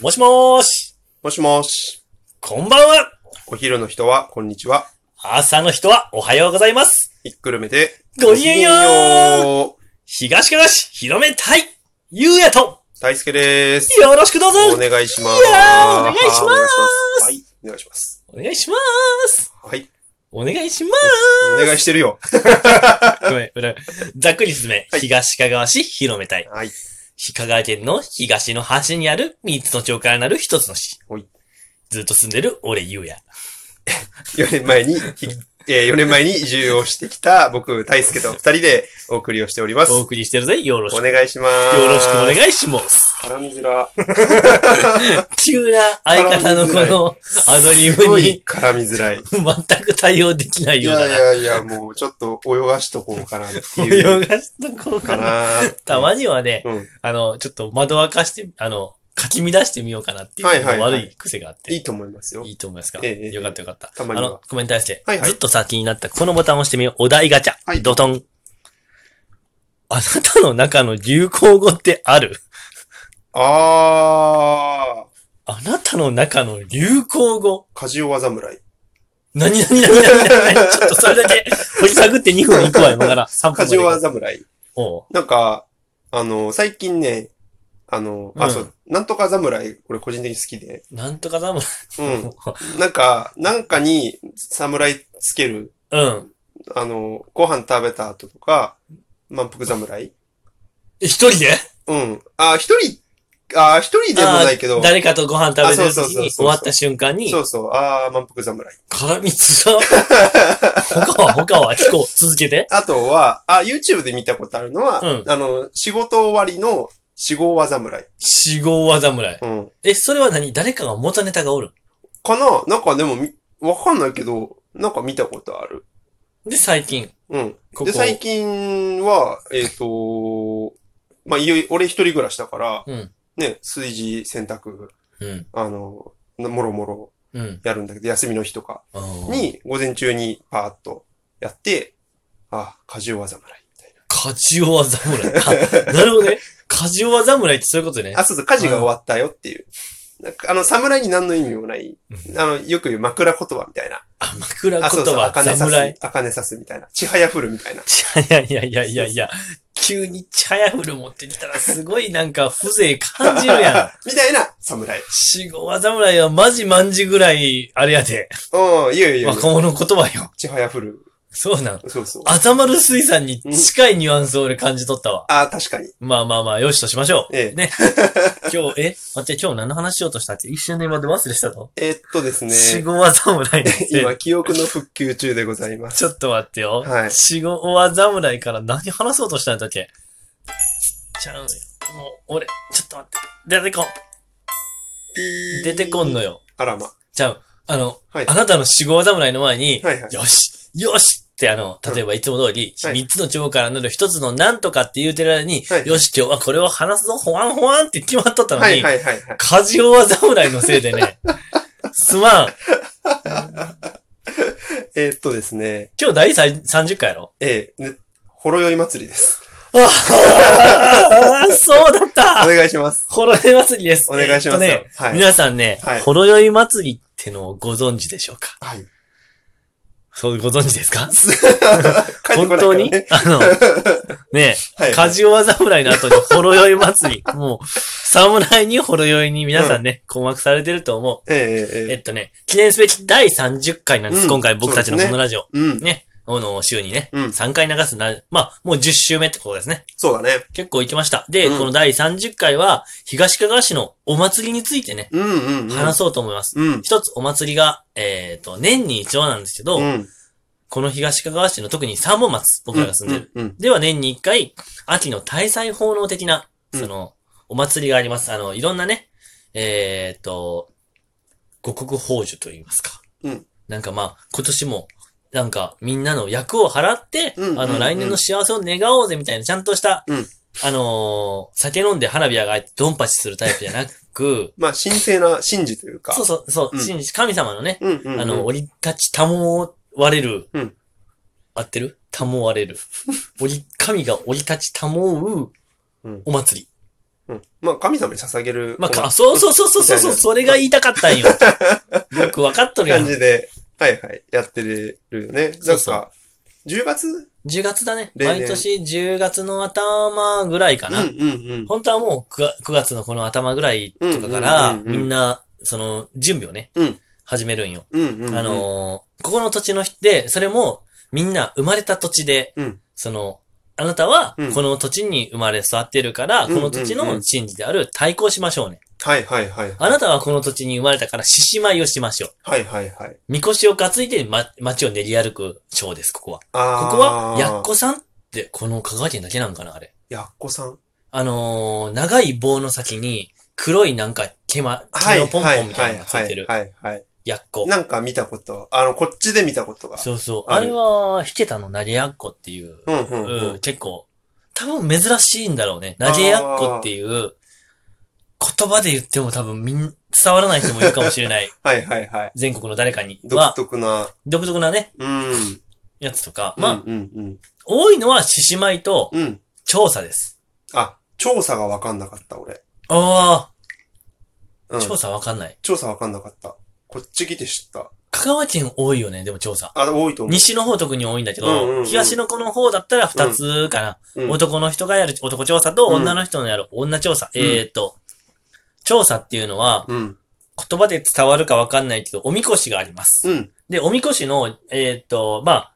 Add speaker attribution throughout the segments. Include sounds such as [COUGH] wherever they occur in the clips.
Speaker 1: もしもーし、
Speaker 2: もしもし。
Speaker 1: こんばんは、
Speaker 2: お昼の人は、こんにちは。
Speaker 1: 朝の人はおはようございます。
Speaker 2: ひっくるめて。
Speaker 1: ごきげんよう
Speaker 2: よう。
Speaker 1: 東からし、広めたい、ゆうやと、
Speaker 2: 大輔です。
Speaker 1: よろしくどうぞ
Speaker 2: お願いします。
Speaker 1: いやーお願いします
Speaker 2: ますはい、お願いします。
Speaker 1: お願いしまーす
Speaker 2: はい、
Speaker 1: お願いしま
Speaker 2: お願いしてるよ。
Speaker 1: ーすごめん、ごめんざっくり説明、
Speaker 2: はい
Speaker 1: 東かがわ市広めたい。
Speaker 2: はい、
Speaker 1: 香川県の東の端にある三つの町からなる一つの市
Speaker 2: ほい。
Speaker 1: ずっと住んでる俺ゆうや。
Speaker 2: 4年前に、ひえー、4年前に移住をしてきた僕、大輔と2人でお送りをしております。
Speaker 1: お
Speaker 2: お
Speaker 1: 送りしてるぜ、よろしく。よ
Speaker 2: 願いします。
Speaker 1: ろしくお
Speaker 2: い。
Speaker 1: 願いします。
Speaker 2: カランジラ。
Speaker 1: 急な相方のこのアドリ
Speaker 2: すご
Speaker 1: ブ
Speaker 2: い
Speaker 1: に
Speaker 2: 絡みづらい。
Speaker 1: 全く対応できない
Speaker 2: い
Speaker 1: ようだ
Speaker 2: や
Speaker 1: な。
Speaker 2: いやいや、もうちょっと泳がしとこうかなっていう。
Speaker 1: 泳がしとこうか
Speaker 2: か
Speaker 1: な。
Speaker 2: な
Speaker 1: [LAUGHS] たまにはね、
Speaker 2: うん。
Speaker 1: あの、ちょっと窓開かして、あの、かき乱してみようかなっていう、
Speaker 2: はいはいはい
Speaker 1: 悪い癖があって。
Speaker 2: いいと思いますよ
Speaker 1: い。いと思いますか、
Speaker 2: ええええ
Speaker 1: よかったよかった。
Speaker 2: たま
Speaker 1: あ
Speaker 2: には
Speaker 1: の、コメントに対して、
Speaker 2: はいはい
Speaker 1: ずっと先になったこのボタンを押してみよう。お題ガチャ。
Speaker 2: はい
Speaker 1: ドトン。あなたの中の流行語ってある
Speaker 2: あー、
Speaker 1: あなたの中の流行語
Speaker 2: 梶尾侍。
Speaker 1: 何々何々何
Speaker 2: [LAUGHS]
Speaker 1: 々ちょっとそれだけ掘り探って2分いくわ、今から。3分まで
Speaker 2: 梶 [LAUGHS] 尾侍。
Speaker 1: おう
Speaker 2: なんか、あの、最近ね、あの、
Speaker 1: う
Speaker 2: あ、
Speaker 1: ん
Speaker 2: そう、なんとか侍、これ個人的に好きで。
Speaker 1: なんとかだもん。 [LAUGHS]
Speaker 2: うん。なんか、なんかに侍つける、
Speaker 1: うん。
Speaker 2: あの、ご飯食べた後とか、満腹侍。
Speaker 1: 一人で
Speaker 2: うん。あ、一人、あ、一人でもないけ
Speaker 1: あ
Speaker 2: ど
Speaker 1: ー、誰かとご飯食べてる
Speaker 2: あそうそ
Speaker 1: 時
Speaker 2: うそうそう
Speaker 1: に終わった瞬間に
Speaker 2: そ、うそう、あー、満腹侍。
Speaker 1: 絡みつら。
Speaker 2: [LAUGHS]
Speaker 1: 他は他は聞こう。続けて。
Speaker 2: あとは、あ、YouTube で見たことあるのは、
Speaker 1: うん
Speaker 2: あの、仕事終わりの死後技侍。
Speaker 1: 死後技侍。
Speaker 2: うん。
Speaker 1: え、それは何誰かが元ネタがおる。
Speaker 2: かななんかでもみ、わかんないけど、なんか見たことある。
Speaker 1: で、最近。
Speaker 2: うん。
Speaker 1: ここ
Speaker 2: で、最近は、えっ、と、まあ、いよい俺一人暮らしだから、
Speaker 1: うん。
Speaker 2: ね、炊事、洗濯、
Speaker 1: うん。
Speaker 2: あの、もろもろ
Speaker 1: うん。
Speaker 2: やるんだけど、休みの日とか
Speaker 1: あー、
Speaker 2: に、午前中にパーッとやって、あ、果汁技侍みたい
Speaker 1: カジオワ侍。あなるほどね。カジオワ侍ってそういうことね
Speaker 2: な。。あ、そうそう、家事が終わったよっていう。なんかあの、侍に何の意味もない、あの、よく言う枕言葉みたいな。
Speaker 1: あ、枕言
Speaker 2: あ、そうそう、
Speaker 1: 葉、
Speaker 2: 茜さ
Speaker 1: 侍
Speaker 2: す、。茜さすみたいな。ちはやふるみたいな。
Speaker 1: ちはやいやいやいやいや。急にチャヤフル持ってきたらすごいなんか風情感じるやん。
Speaker 2: [LAUGHS] みたいな侍。
Speaker 1: 死後技侍はマジマンジぐらい、あれやで。
Speaker 2: うん、いやいやいや。
Speaker 1: 若者言葉よ。 [LAUGHS]
Speaker 2: ちはやふる。
Speaker 1: そうなん。
Speaker 2: そうそう。
Speaker 1: あざまる水産に近いニュアンスを俺感じ取ったわ。
Speaker 2: あ、確かに。
Speaker 1: まあまあまあ、よしとしまし
Speaker 2: [LAUGHS]
Speaker 1: ょう。
Speaker 2: ええ
Speaker 1: ね。今日、え待って、今日何の話しようとしたって一瞬で今で忘れてたの
Speaker 2: えーっとですね。
Speaker 1: 死後は侍なんて
Speaker 2: [LAUGHS] 今、記憶の復旧中でございます。
Speaker 1: ちょっと待ってよ。
Speaker 2: はい
Speaker 1: 死後は侍から何話そうとしたんだっけちゃうのよ。もう、俺、ちょっと待って。出てこん。出てこんのよ。
Speaker 2: あらま。
Speaker 1: ちゃう。あの、
Speaker 2: はい
Speaker 1: あなたの死後は侍の前に、
Speaker 2: はいはい。
Speaker 1: よしよしってあの、例えばいつも通り、
Speaker 2: うんはい
Speaker 1: 三つの町からなる一つのなんとかって言うてる間に、
Speaker 2: はい
Speaker 1: よし今日はこれを話すぞ、ほわんほわんって決まっとったの
Speaker 2: はい
Speaker 1: に、
Speaker 2: はいはいはい。
Speaker 1: カジオは侍のせいで
Speaker 2: [LAUGHS]
Speaker 1: ね、すまん。
Speaker 2: えーっとですね。
Speaker 1: 今日第30回やろ
Speaker 2: えー、ね、ほろ酔い祭りです。
Speaker 1: ああ、そうだっ
Speaker 2: お
Speaker 1: た
Speaker 2: 願いします。
Speaker 1: ほろ酔い祭りです。
Speaker 2: お願いしますよ
Speaker 1: えっとね
Speaker 2: はい
Speaker 1: 皆さんね、
Speaker 2: はい
Speaker 1: ほろ酔い祭りってのをご存知でしょうか
Speaker 2: はい。
Speaker 1: そう、ご存知ですか
Speaker 2: 帰ってこ
Speaker 1: 本
Speaker 2: ない
Speaker 1: 当
Speaker 2: から
Speaker 1: に
Speaker 2: ね。 [LAUGHS]
Speaker 1: あの、ね
Speaker 2: はい
Speaker 1: え、カジオワ侍の後にほろ酔い祭り。 [LAUGHS] もう、侍にほろ酔いに皆さんね、困惑されてると思う。
Speaker 2: ええ
Speaker 1: え
Speaker 2: えええ
Speaker 1: っとね、記念すべき第30回なんです。
Speaker 2: うん
Speaker 1: 今回僕たちの
Speaker 2: そうです
Speaker 1: こ
Speaker 2: ね
Speaker 1: のラジオ。
Speaker 2: えうん。
Speaker 1: ね。あの、週にね、
Speaker 2: うん
Speaker 1: 3回流すな、まあ、もう10週目ってことですね。
Speaker 2: そうだね。
Speaker 1: 結構行きました。で、
Speaker 2: うん
Speaker 1: この第30回は、東かがわ市のお祭りについてね、
Speaker 2: うんうんうん。
Speaker 1: 話そうと思います。
Speaker 2: うん。
Speaker 1: 一つお祭りが、えっ、と、年に一度なんですけど、
Speaker 2: うん。
Speaker 1: この東かがわ市の特に三本松、僕らが住んでる。
Speaker 2: うん。うん
Speaker 1: では年に一回、秋の大祭奉納的な、
Speaker 2: うん
Speaker 1: その、お祭りがあります。あの、いろんなね、えっ、と、五穀宝珠と言いますか。
Speaker 2: うん
Speaker 1: なんかまあ、今年も、なんか、みんなの役を払って、
Speaker 2: うん
Speaker 1: あ
Speaker 2: うんう
Speaker 1: の、
Speaker 2: ん
Speaker 1: 来年の幸せを願おうぜみたいな、ちゃんとした、
Speaker 2: うん、
Speaker 1: あのー酒飲んで花火上がってドンパチするタイプじゃなく
Speaker 2: まあ、神聖な神事という [LAUGHS] か。
Speaker 1: そうそう、そう、
Speaker 2: うん
Speaker 1: 神神様のね、
Speaker 2: うんうんうん。
Speaker 1: あの、折り立ちたもわれる。
Speaker 2: うん
Speaker 1: 合ってる
Speaker 2: [LAUGHS]
Speaker 1: たもわれる。折り、神が折り立ちたもう
Speaker 2: うん
Speaker 1: お祭り。
Speaker 2: うん。まあ、神様に捧げる。
Speaker 1: まあ、
Speaker 2: こんな
Speaker 1: か、そうそうそうそうそうそう、それが言いたかったん
Speaker 2: [LAUGHS]
Speaker 1: よ。よくわかっとるやん
Speaker 2: 感。じで、はいはい、やってるよね。なんか、
Speaker 1: そうそう
Speaker 2: 10月
Speaker 1: 10月だね。
Speaker 2: 例年
Speaker 1: 毎年10月の頭ぐらいか
Speaker 2: うん
Speaker 1: な。
Speaker 2: うん
Speaker 1: 本当はもう 9, 月のこの頭ぐらいとかから、
Speaker 2: うんうんうんうん
Speaker 1: みんな、その、準備をね、
Speaker 2: うん
Speaker 1: 始めるんよ。
Speaker 2: うん。うんうんうん。
Speaker 1: あのーここの土地の人で、それも、みんな生まれた土地で、
Speaker 2: うん
Speaker 1: その、あなたは
Speaker 2: うん、
Speaker 1: この土地に生まれ育ってるから、
Speaker 2: うんうんうん
Speaker 1: この土地の神事である対抗しましょうね。
Speaker 2: はいはいはい。
Speaker 1: あなたはこの土地に生まれたから、獅子舞をしましょう。
Speaker 2: はいはいはい。
Speaker 1: みこしを担いで、ま、街を練り歩くショーです、ここは。
Speaker 2: あー
Speaker 1: ここは、やっこさんって、この香川県だけなんかな、あれ。
Speaker 2: やっこさん。
Speaker 1: あのー、長い棒の先に、黒いなんか毛ま、
Speaker 2: は
Speaker 1: 毛
Speaker 2: い
Speaker 1: のポン
Speaker 2: は
Speaker 1: ポ
Speaker 2: い
Speaker 1: ンみた
Speaker 2: はい
Speaker 1: なのがついて
Speaker 2: い
Speaker 1: る。
Speaker 2: はいはい。
Speaker 1: やっこ。
Speaker 2: なんか見たこと、あの、こっちで見たことが。
Speaker 1: そうそう。
Speaker 2: あ
Speaker 1: あ
Speaker 2: る
Speaker 1: れは、引けたの投げやっこっていう。
Speaker 2: うんうんう
Speaker 1: うんん、。結構、多分珍しいんだろうね。投げやっこっていう、言葉で言っても多分みん、伝わらない人もいるかもしれ
Speaker 2: [LAUGHS]
Speaker 1: ない。
Speaker 2: はいはいはい。
Speaker 1: 全国の誰かに
Speaker 2: 独
Speaker 1: は、
Speaker 2: 特な。
Speaker 1: 独特なね、
Speaker 2: うん。
Speaker 1: やつとか。まあ、
Speaker 2: うんうん
Speaker 1: 多いのは獅子舞と
Speaker 2: うん。うん。
Speaker 1: 調査です。
Speaker 2: あ、調査がわかんなかった、俺。
Speaker 1: あ
Speaker 2: う
Speaker 1: あ、
Speaker 2: ん。
Speaker 1: 調査わかんない。
Speaker 2: 調査わかんなかった。こっち来て知った。
Speaker 1: 香川県多いよね、でも調査。
Speaker 2: あ、多いと思う。
Speaker 1: 西の方特に多いんだけど、
Speaker 2: うんうんうん
Speaker 1: 東の子の方だったら二つかな、
Speaker 2: うん
Speaker 1: 男の人がやる男調査と
Speaker 2: うん
Speaker 1: 女の人のやる女調査。
Speaker 2: うん
Speaker 1: えーっと、調査っていうのは
Speaker 2: うん。
Speaker 1: 言葉で伝わるかわかんないけど、おみこしがあります。
Speaker 2: うん。
Speaker 1: で、おみこしの、えーっと、まあ、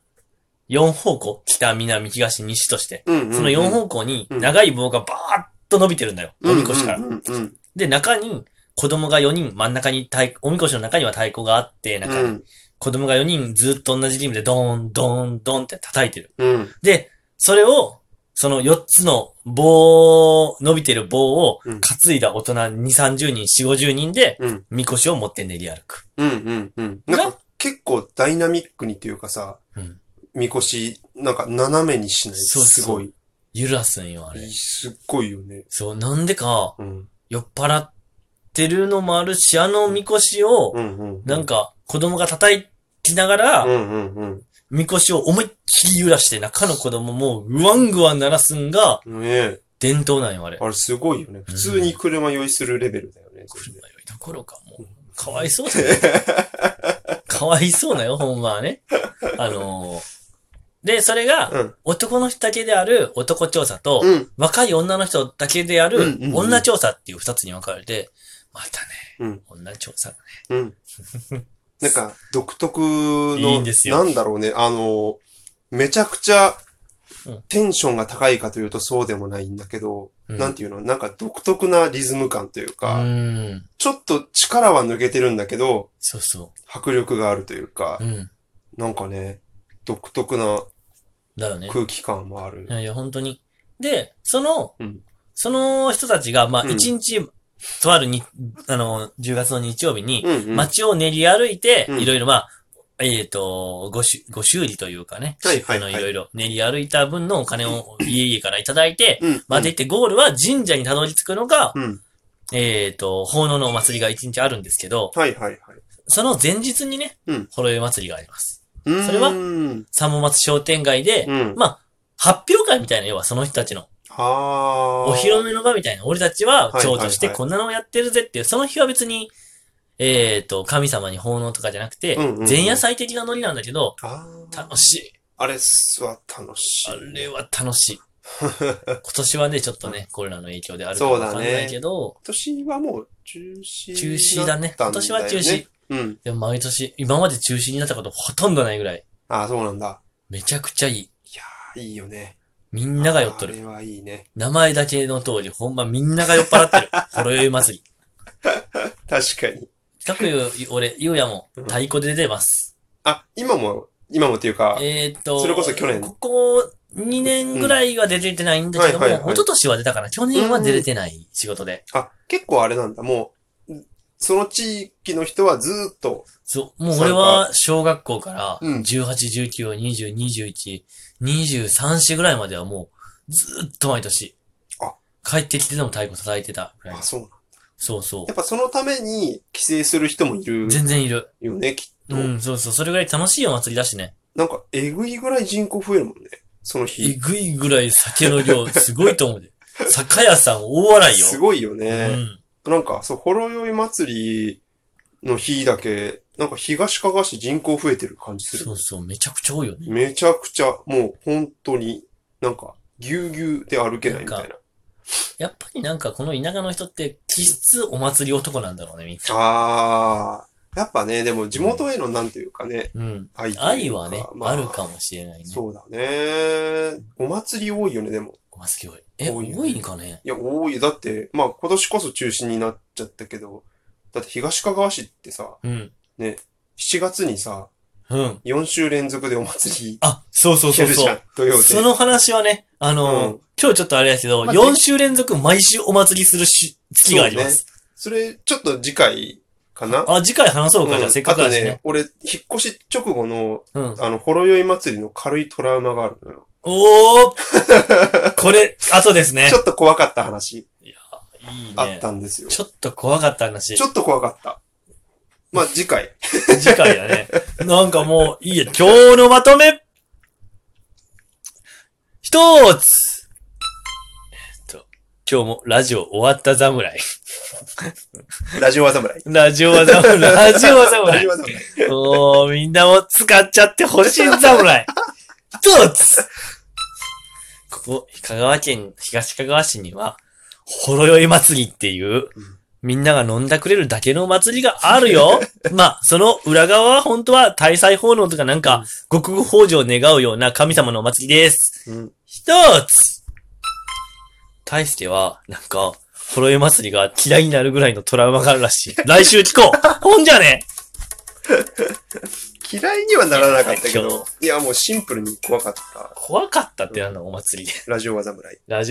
Speaker 1: 四方向、北、南、東、西として、
Speaker 2: うん。
Speaker 1: その四方向に長い棒がバーッと伸びてるんだよ。おみこしから
Speaker 2: う。んうんうん。
Speaker 1: で、中に子供が4人、真ん中に太鼓、おみこしの中には太鼓があって、中に、
Speaker 2: うん。
Speaker 1: 子供が4人ずっと同じリムでドーン、ドーン、ドーンって叩いてる。
Speaker 2: うん。
Speaker 1: で、それを、その4つの棒、伸びてる棒を
Speaker 2: うん
Speaker 1: 担いだ大人2、30人、4、50人で、
Speaker 2: うん。
Speaker 1: みこしを持って練り歩く。
Speaker 2: うん。うん。うん。なんか結構ダイナミックにっていうかさ、
Speaker 1: うん。
Speaker 2: みこし、なんか斜めにしない。
Speaker 1: そうそう
Speaker 2: すごい。
Speaker 1: 揺らすんよ、あれ。
Speaker 2: すっごいよね。
Speaker 1: そう、なんでか、
Speaker 2: うん。
Speaker 1: 酔っ払ってるのもあるし、あのみこしを
Speaker 2: う、んうん。
Speaker 1: なんか、子供が叩きながら、
Speaker 2: うんうんうん。
Speaker 1: みこしを思いっきり揺らして、中の子供もう、ワングワン鳴らすんが、
Speaker 2: ねえ。
Speaker 1: 伝統なんよ、あれ。
Speaker 2: あれすごいよね。普通に車用意するレベルだよね。
Speaker 1: 車よりどころか、もう、かわいそうだよ。かわいそうだよ、ほんまはね。あのーで、それが、
Speaker 2: うん。
Speaker 1: 男の人だけである男調査と、
Speaker 2: うん。
Speaker 1: 若い女の人だけであ
Speaker 2: うんうんう
Speaker 1: る
Speaker 2: ん
Speaker 1: 女調査っていう二つに分かれて、またね、
Speaker 2: うん
Speaker 1: 女調査。
Speaker 2: うん。
Speaker 1: [LAUGHS]
Speaker 2: なんか、独特の、
Speaker 1: いいんですよ
Speaker 2: なんだろうね、あの、めちゃくちゃ
Speaker 1: うん、
Speaker 2: テンションが高いかというとそうでもないんだけど、
Speaker 1: うん
Speaker 2: なんていうのなんか独特なリズム感という
Speaker 1: う
Speaker 2: か、
Speaker 1: ーん。
Speaker 2: ちょっと力は抜けてるんだけど、
Speaker 1: そうそ
Speaker 2: 迫力があるというか
Speaker 1: う。、うん。
Speaker 2: なんかね、独特な
Speaker 1: だよね。
Speaker 2: 空気感もある
Speaker 1: い。やいや、本当に。で、その、
Speaker 2: うん
Speaker 1: その人たちが、まあ、
Speaker 2: うん
Speaker 1: 一日、とあるに、あの、10月の日曜日に、
Speaker 2: うんうん。はい
Speaker 1: 街を練り歩いて、
Speaker 2: うん
Speaker 1: いろいろまあ、えっ、と、ごしゅ、ご修理というかね。
Speaker 2: はいはい。
Speaker 1: あの、いろいろ練り歩いた分のお金
Speaker 2: [LAUGHS]
Speaker 1: を家々からいただいて、
Speaker 2: うん。
Speaker 1: まあ、で行ってゴールは神社にたどり着くのが、
Speaker 2: うん。
Speaker 1: えっ、と、奉納のお祭りが一日あるんですけど、
Speaker 2: はいはいはい。
Speaker 1: その前日にね、
Speaker 2: うん
Speaker 1: ほろ酔い祭りがあります。
Speaker 2: そ
Speaker 1: それは
Speaker 2: うん。
Speaker 1: 三本松商店街で、
Speaker 2: うん。
Speaker 1: まあ、発表会みたいな、要はその人たちの、
Speaker 2: はー
Speaker 1: お披露目の場みたいな、俺たちは長女して
Speaker 2: はいはいはい
Speaker 1: こんなのをやってるぜっていう、その日は別に、えっ、と、神様に奉納とかじゃなくて
Speaker 2: うんうんう、ん
Speaker 1: 前夜祭的なノリなんだけど、
Speaker 2: あー
Speaker 1: 楽しい。
Speaker 2: あれっすわ、楽しい。
Speaker 1: あれは楽し
Speaker 2: [LAUGHS]
Speaker 1: い。今年はね、ちょっとね、コロナの影響であるか
Speaker 2: そう
Speaker 1: わ
Speaker 2: だね
Speaker 1: かんないけど、
Speaker 2: 今年はもう中止
Speaker 1: 中止だね。
Speaker 2: な
Speaker 1: 今
Speaker 2: ったん
Speaker 1: 年は中止。。
Speaker 2: うん。
Speaker 1: でも毎年、今まで中止になったことほとんどないぐらい、
Speaker 2: ああ、そうなんだ。
Speaker 1: めちゃくちゃいい。
Speaker 2: いいよね。
Speaker 1: みんなが酔っと
Speaker 2: あ
Speaker 1: る。
Speaker 2: れはいいね。
Speaker 1: 名前だけの通り、ほんまみんなが酔っ払
Speaker 2: [LAUGHS]
Speaker 1: ってる。ほろ酔い祭り。
Speaker 2: 確かに。
Speaker 1: 近くよ俺、ゆうやも太鼓で出てます。
Speaker 2: あ、今も、今もっていうか、
Speaker 1: えーっと、
Speaker 2: それこそ去年
Speaker 1: ここ2年ぐらいは出てないんだけども、
Speaker 2: うんはいはいはい
Speaker 1: 一昨年は出たから、去年は出れてない仕事で。
Speaker 2: あ、結構あれなんだ。もう、その地域の人はずーっと、
Speaker 1: そう、もう俺は小学校から、
Speaker 2: うん
Speaker 1: 18、19、20、21、23歳ぐらいまではもう、ずーっと毎年
Speaker 2: あ。
Speaker 1: 帰ってきてでも太鼓叩いてたぐらい
Speaker 2: あ、。そうなんだ。
Speaker 1: そうそ。
Speaker 2: やっぱそのために帰省する人もいうる
Speaker 1: 全然いる。
Speaker 2: よね、きっと
Speaker 1: う。ん、そうそう。それぐらい楽しいお祭りだしね。
Speaker 2: なんか、えぐいぐらい人口増えるもんね。その日。 [LAUGHS]
Speaker 1: えぐいぐらい酒の量、すごいと思うで。酒屋さん大笑いよ。
Speaker 2: すごいよ
Speaker 1: う
Speaker 2: ね。
Speaker 1: ん。
Speaker 2: なんか、そう、ほろ酔い祭りの日だけ、なんか東かがわ市人口増えてる感じする
Speaker 1: そ。うそう、めちゃくちゃ多いよね。
Speaker 2: めちゃくちゃ、もう本当に、なんか、ぎゅうぎゅうで歩けないみたい
Speaker 1: なん
Speaker 2: な。
Speaker 1: やっぱりなんかこの田舎の人って気質お祭り男なんだろうね、みん
Speaker 2: あー。やっぱね、でも地元へのなんというかね、
Speaker 1: な。うん。
Speaker 2: 愛というか
Speaker 1: 愛はね、
Speaker 2: ま
Speaker 1: あ、るかもしれないね。
Speaker 2: そうだね。お祭り多いよね、でも。
Speaker 1: お祭り多い。え、
Speaker 2: 多いよね
Speaker 1: 多いんかね
Speaker 2: いや、多いよ。だって、まあ今年こそ中止になっちゃったけど、だって東かがわ市ってさ、
Speaker 1: うん。
Speaker 2: 7月にさ、
Speaker 1: うん。
Speaker 2: 4週連続でお祭り
Speaker 1: あ、そうそうそ
Speaker 2: や
Speaker 1: う
Speaker 2: るじ
Speaker 1: そ
Speaker 2: ゃん
Speaker 1: う。。
Speaker 2: 土曜
Speaker 1: そ
Speaker 2: で。
Speaker 1: の話はね、あの、
Speaker 2: うん
Speaker 1: 今日ちょっとあれですけど、
Speaker 2: まあ
Speaker 1: 4週連続毎週お祭りするし、月があります。
Speaker 2: それ、ちょっと次回かな
Speaker 1: あ、次回話そうか、じゃあせっかく
Speaker 2: あ
Speaker 1: だ
Speaker 2: と
Speaker 1: し
Speaker 2: ね
Speaker 1: ね。、
Speaker 2: 俺、引っ越し直後の、
Speaker 1: うん。
Speaker 2: あの、ほろ酔い祭りの軽いトラウマがあるのよ。
Speaker 1: おーこれ、後ですね
Speaker 2: ち。ょっと怖かった話
Speaker 1: いい
Speaker 2: あっ
Speaker 1: ね。
Speaker 2: たんですよ。
Speaker 1: ちょっと怖かった話
Speaker 2: ち。ょっと怖かった。まあ、次回。
Speaker 1: 次回だね。 [LAUGHS] なんかもう、いいや、今日のまとめ一つえっと、今日もラジオ終わった侍。
Speaker 2: ラジオは侍。
Speaker 1: ラジオは侍。ラジオは
Speaker 2: ラジ
Speaker 1: 侍
Speaker 2: オ。は侍。
Speaker 1: もう、みんなも使っちゃってほしい侍。一つここ、香川県東香川市には、ほろ酔い祭りっていう、みんなが飲んだくれるだけの祭りがあるよ。まあ、その裏側は本当は大祭奉納とかなんか、極具法事を願うような神様のお祭りです。
Speaker 2: うん。
Speaker 1: 一つ大しては、なんか、ほろ酔い祭りが嫌いになるぐらいのトラウマがあるらしい。来週聞こうほんじゃね
Speaker 2: 嫌いにはならなかったけ
Speaker 1: はい
Speaker 2: ど、いや、もうシンプルに怖かった。
Speaker 1: 怖かったってなんだ、お祭りで。
Speaker 2: ラジオは侍。
Speaker 1: ラジオ